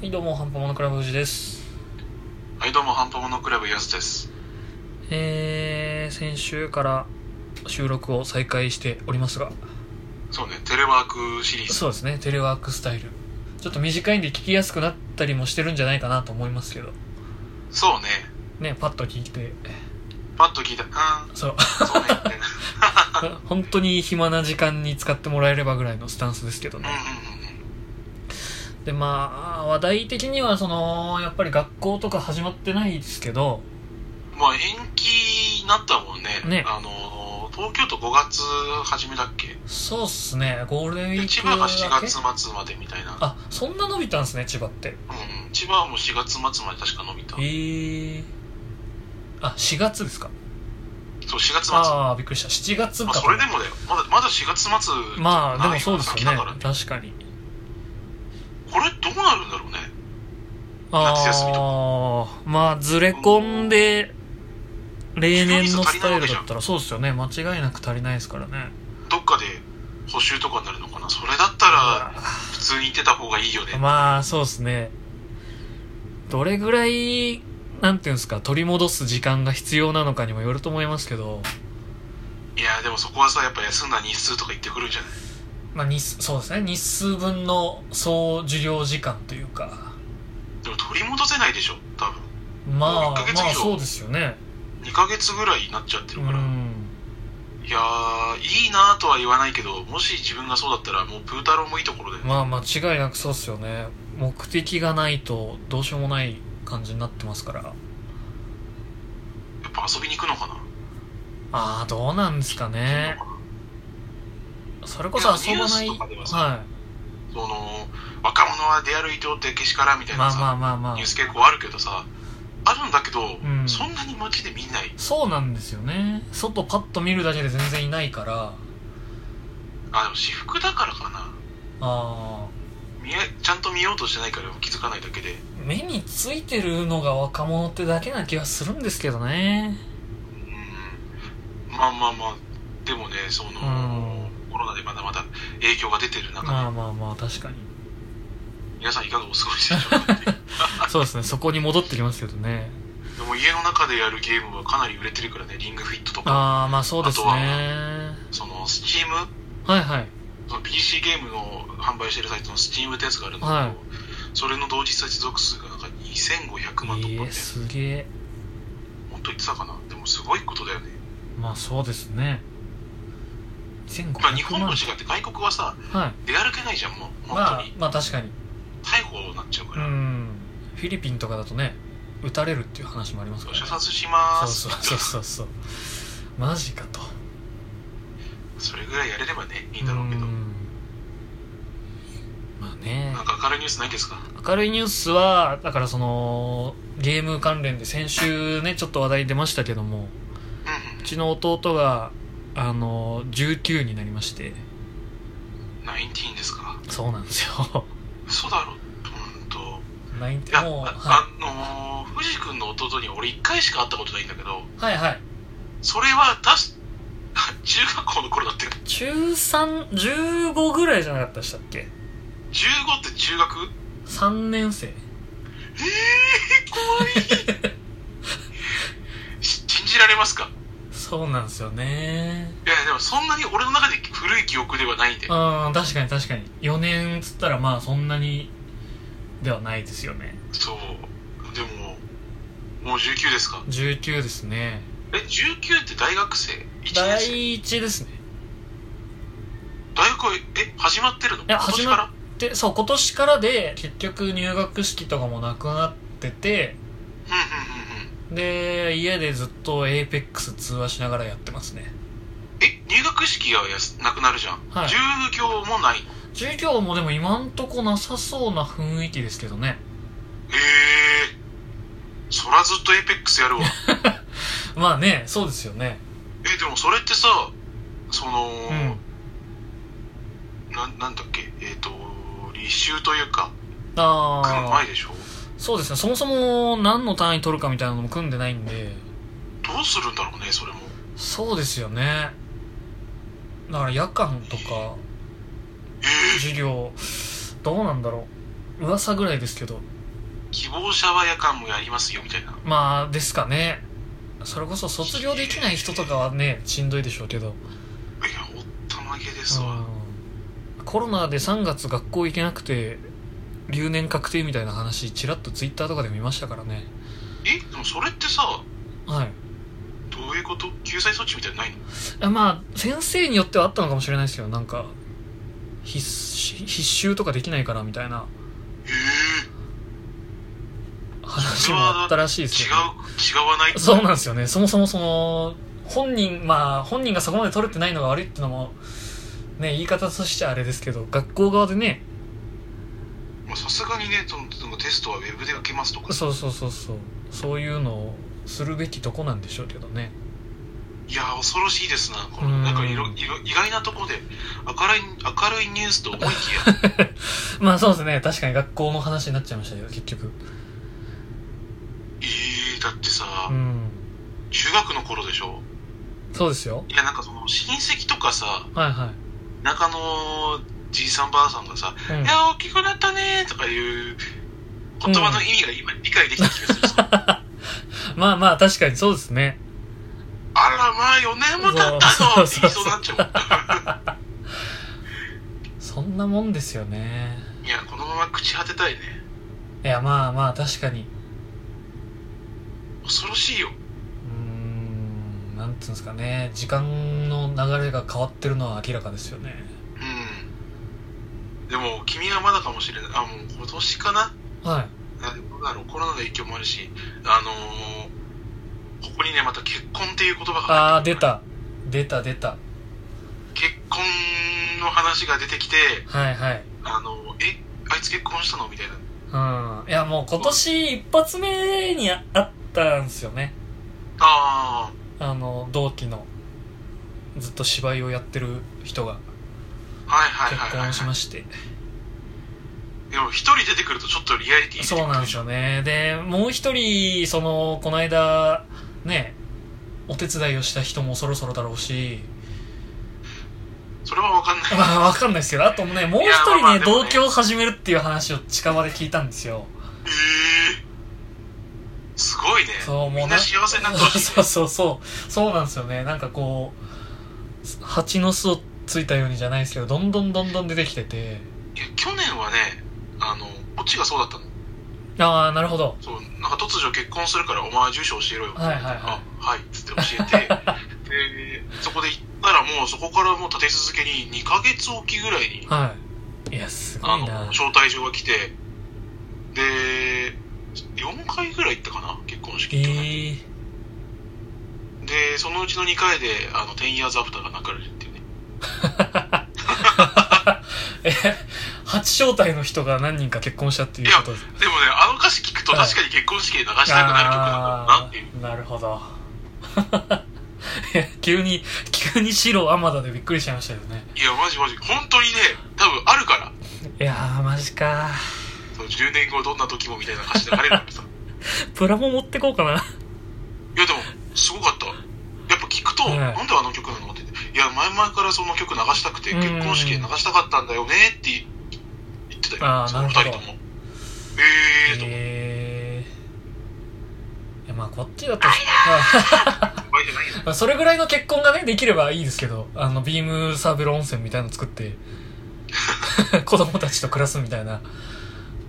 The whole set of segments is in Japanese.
はいどうもハンパモノクラブ藤ですはいどうもハンパモノクラブやすですえー、先週から収録を再開しておりますがそうねテレワークシリーズそうですねテレワークスタイルちょっと短いんで聞きやすくなったりもしてるんじゃないかなと思いますけどそうねねパッと聞いてパッと聞いたうんそう そうね本当に暇な時間に使ってもらえればぐらいのスタンスですけどうんねうんでまあ話題的にはそのやっぱり学校とか始まってないですけどうんうんまあ延期になったもんねねあのー東京都5月初めだっけそうっすねゴールデンウィークで千葉が7明け月末までみたいな、あそんな伸びたんですね千葉ってうんうん、千葉も4月末まで確か伸びたえー、あ4月ですかそう4月末まああびっくりした7月かあ、それでもだよまだまだ4月末まあでもそうですよなねいからね確かにこれどうなるんだろうねあ夏休みとあまあずれ込んで例年のスタイルだったらそうですよね間違いなく足りないですからねどっかで補修とかになるのかなそれだったらあ普通に行ってた方がいいよねー まあそうですねどれぐらいなんていうんですか取り戻す時間が必要なのかにもよると思いますけどいやでもそこはさやっぱ休んだ日数とか言ってくるんじゃないまあ日数そうですね日数分の総授業時間というかでも取り戻せないでしょ多分まあもう一ヶ月以上まあそうですよね2ヶ月ぐらいになっちゃってうるから、んいやーいいなとは言わないけどもし自分がそうだったらもうプータローもいいところで、まあ間違いなくそうっすよね目的がないとどうしようもない感じになってますからやっぱ遊びに行くのかなああどうなんですかねそれこそ遊ばないやニュースとかではさはその若者は出歩いておってけしからみたいいまなあさ、まあまあまあニュース結構あるけどさあるんだけど、んそんなに街で見ないそうなんですよね外パッと見るだけで全然いないからあでも私服だからかなああ見えちゃんと見ようとしてないから気づかないだけで目についてるのが若者ってだけな気がするんですけどねうんまあまあまあでもねその、うコロナでまだまだ影響が出てる中で、まあまあまあ確かに皆さんいかがお過ごしでしょ うかっていうそうですねそこに戻ってきますけどねでも家の中でやるゲームはかなり売れてるからねリングフィットとかああまあそうですねあとそのスチームはいはいその PC ゲームの販売してるサイトのスチームってやつがあるんだけど、はいそれの同時接続数がなんか2500万とかいいねえすげえ本当言ってたかなでもすごいことだよねまあそうですねまあ日1500本と万違って外国はさはい出歩けないじゃんもう本当に、まあまあ確かに逮捕になっちゃうかうら、んフィリピンとかだとね撃たれるっていう話もありますそから、う射ね、殺しそまーうすそうそうそうそうマジかとそれぐらいやれればねいいんだろうけど、んまあねなんか明るいニュースないですか明るいニュースはだからそのゲーム関連で先週ねちょっと話題出ましたけどもうんうちの弟があの19になりましてうんナインティーンですかそうなんです よ嘘だろうんとなんていやもう、あはあのー藤君の弟に俺一回しか会ったことないんだけどい、はいはいそれはたし 中学校の頃だって15中315ぐらいじゃなかったでしたっけって中学え3年生ー、怖 いし信じられますかそうなんですよねいやでもそんなに俺の中で古い記憶ではないんでう、ん確かに確かに4年つったらまあそんなにではないですよねそうでももう19ですか19ですねえ19って大学生1年生第1ですね大学はえ始まってるのや今年始かまらでそう今年からで結局入学式とかもなくなっててうんうんうんうんで家でずっと APEX 通話しながらやってますねえ入学式がやすなくなるじゃん、はい授業もないの授業もでも今んとこなさそうな雰囲気ですけどねへえそらずっとエイペックスやる わまあねそうですよねえでもそれってさその、うんななんだっけえっ、と履修というかあ組むあ前でしょそうですねそもそも何の単位取るかみたいなのも組んでないんでどうするんだろうねそれもそうですよねだから夜間とかえ授業どうなんだろ噂ぐらいですけど希望者は夜間もやりますよみたいなまあですかねそれこそ卒業できない人とかはねしんどいでしょうけどいやおったまげですわ、うんコロナで3月学校行けなくて留年確定みたいな話ちらっとツイッターとかで見ましたからねえでもそれってさはいどういうこと救済措置みたいなのないのあまあ先生によってはあったのかもしれないですけどなんか必死必修とかできないからみたいなえ話もあったらしいえです違よ、う違わないそうなんですよねそもそもその本人まあ本人がそこまで取れてないのが悪いってのもね言い方としてはあれですけど学校側でねまあさすがにねそのそのテストはウェブで受けますとかそうそうそうそうそういうのをするべきとこなんでしょうけどねいや恐ろしいですなこのうんなんかいろいろ意外なとこで明るい明るいニュースと思いきやまあそうですね確かに学校の話になっちゃいましたけど結局ええだってさ、うん中学の頃でしょそうですよいやなんかその親戚とかさはいは中のじいさんばあさんがさい、う「んい、や大きくなったね」とかいう言葉の意味が今理解できた気がするまあまあ確かにそうですねあらまあ4年も経ったぞって言いそうになっちゃうそんなもんですよねいやこのまま朽ち果てたいねいやまあまあ確かに恐ろしいようーんなんていうんですかね時間の流れが変わってるのは明らかですよねうんでも君はまだかもしれないあもう今年かなはなどうだろうコロナの影響もあるしあのー、ここにねまた結婚っていう言葉いがああ出た出た出た結婚の話が出てきてはいはいあのー、えあいつ結婚したのみたいなうんいやもう今年一発目にああったんですよねああの同期のずっと芝居をやってる人があはいはい結はいはい、婚しはましてい、でも一人出てくるとちょっとリアリティ出てくるそうなんですよねでもう一人そのこの間ねお手伝いをした人もそろそろだろうし それは分かんないまあわかんないですけどあとねもう一いやまあ人ねまあでも同ね居を始めるっていう話を近場で聞いたんです よええー、すごいねそうもみうんなな幸せになってほしいそうそうそうそうなんですよねなんかこう蜂の巣をついたようにじゃないですけどどんどんどんどん出てきてていや去年はねあのこっちがそうだったのああなるほどそうなんか突如結婚するからお前は住所教えろよはいはいはいあはいっつって教えてでそこで行ったらもうそこからもう立て続けに2ヶ月おきぐらいにはいいやすごあいなの招待状が来てで4回ぐらい行ったかな結婚え式去年ー、でそのうちの2回で「あの10 years after」が泣かれるっていうねえ初招待の人が何人か結婚したっていうことですでもねあの歌詞聞くと確かに結婚式で流したくなる曲なんだろうなっていうあーなるほど いや急に急に白天田でびっくりしちゃいましたよねいやマジマジ本当にね多分あるからいやーマジかその10年後どんな時もみたいな歌詞流れるからさプラも持ってこうかないやでもすごかったやっぱ聞くと、はいなんであの曲なのって言っていや前々からその曲流したくてうん結婚式で流したかったんだよねって言ってあーたよその二なる人ほどともええー、とえー、いやまあこっちだとお前じゃないよまあそれぐらいの結婚がねできればいいですけどあのビームサーベル温泉みたいなの作って 子供たちと暮らすみたいな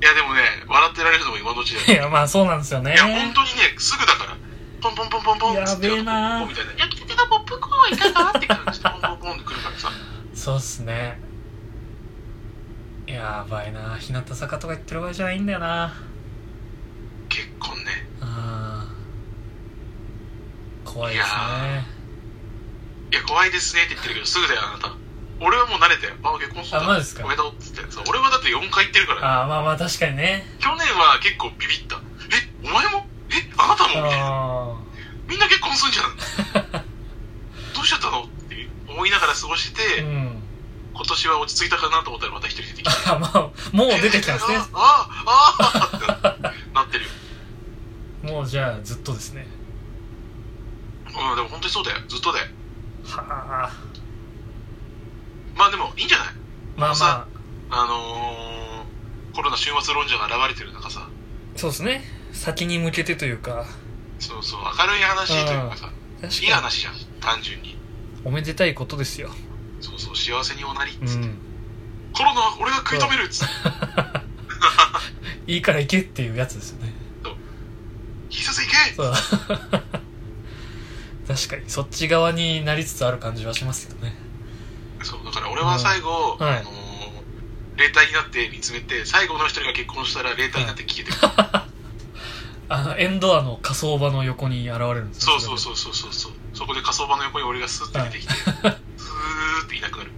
いやでもね笑ってられるのも今のうちだ いよやまあそうなんですよねいや本当にねすぐだからポンポンポンポンポンっつってやべえなポンポンポンみたいな焼きたてのポップコーンいかがって感じ でポンポンポンってくるからさそうっすねやばいな日向坂とか言ってる場合じゃないんだよな結婚ねうん怖いですねいや怖いですねって言ってるけどすぐだよあなた俺はもう慣れてあ結婚するあんだマジっすかおめでとうっつってそう俺はだって4回行ってるからああまあまあ確かにね去年は結構ビビった。え、お前もえ、あなたもみたいな。あみんな結婚すんじゃん。 どうしちゃったのって思いながら過ごしてーうて、ん今年は落ち着いたかなと思ったらまた一人出てきて。あまあもう 出てきたんですねえああ、ああ、 ってなってるよ。もうじゃあずっとですねうん、でも本当にそうだよ。ずっとだよ。はあまあでも、いいんじゃないまあまああのー、コロナ終末論者が現れてる中さそうですね先に向けてというかそうそう明るい話というかさ確いいかに話じゃん単純におめでたいことですよそうそう幸せにおなりっうつって、んコロナは俺が食い止めるっつっていいから行けっていうやつですよね必殺いけ そう確かにそっち側になりつつある感じはしますけどねそうだから俺は最後、はいあのー霊体になって見つめて最後の一人が結婚したら霊体になって消え てくる、あのエンドアの火葬場の横に現れるんですそうそううそうそうそうそうそこで火葬場の横に俺がスーッて出て きて、スーッていなくなる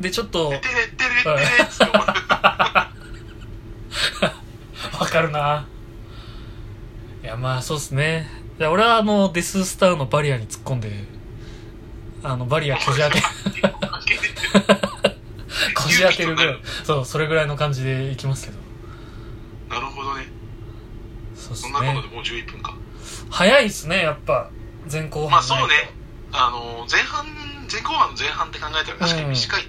でちょっと 「てれてれてれ」っつって終わるわかるないやまあそうっすねじゃあ俺はあのデススターのバリアに突っ込んであのバリアこじ開けこじ開けるぐらいそうそれぐらいの感じでいきますけど なるほどねそうっすそんなことねでもう11分か早いっすねやっぱ前後半まあそうねあのー前半前後半の前半って考えたら確かに短い、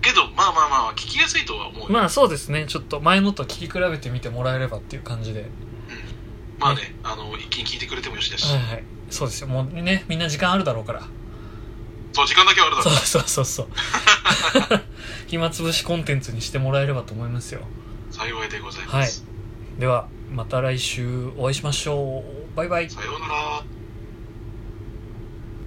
けどまあまあまあ聞きやすいとは思うよ、まあそうですねちょっと前のと聞き比べてみてもらえればっていう感じでうんまあねあのー一気に聞いてくれてもよしだし、はいはいそうですよもうねみんな時間あるだろうからそう時間だけはあれだそろううそうそうそう 暇つぶしコンテンツにしてもらえればと思いますよ幸いでございます、ではまた来週お会いしましょうバイバイさようなら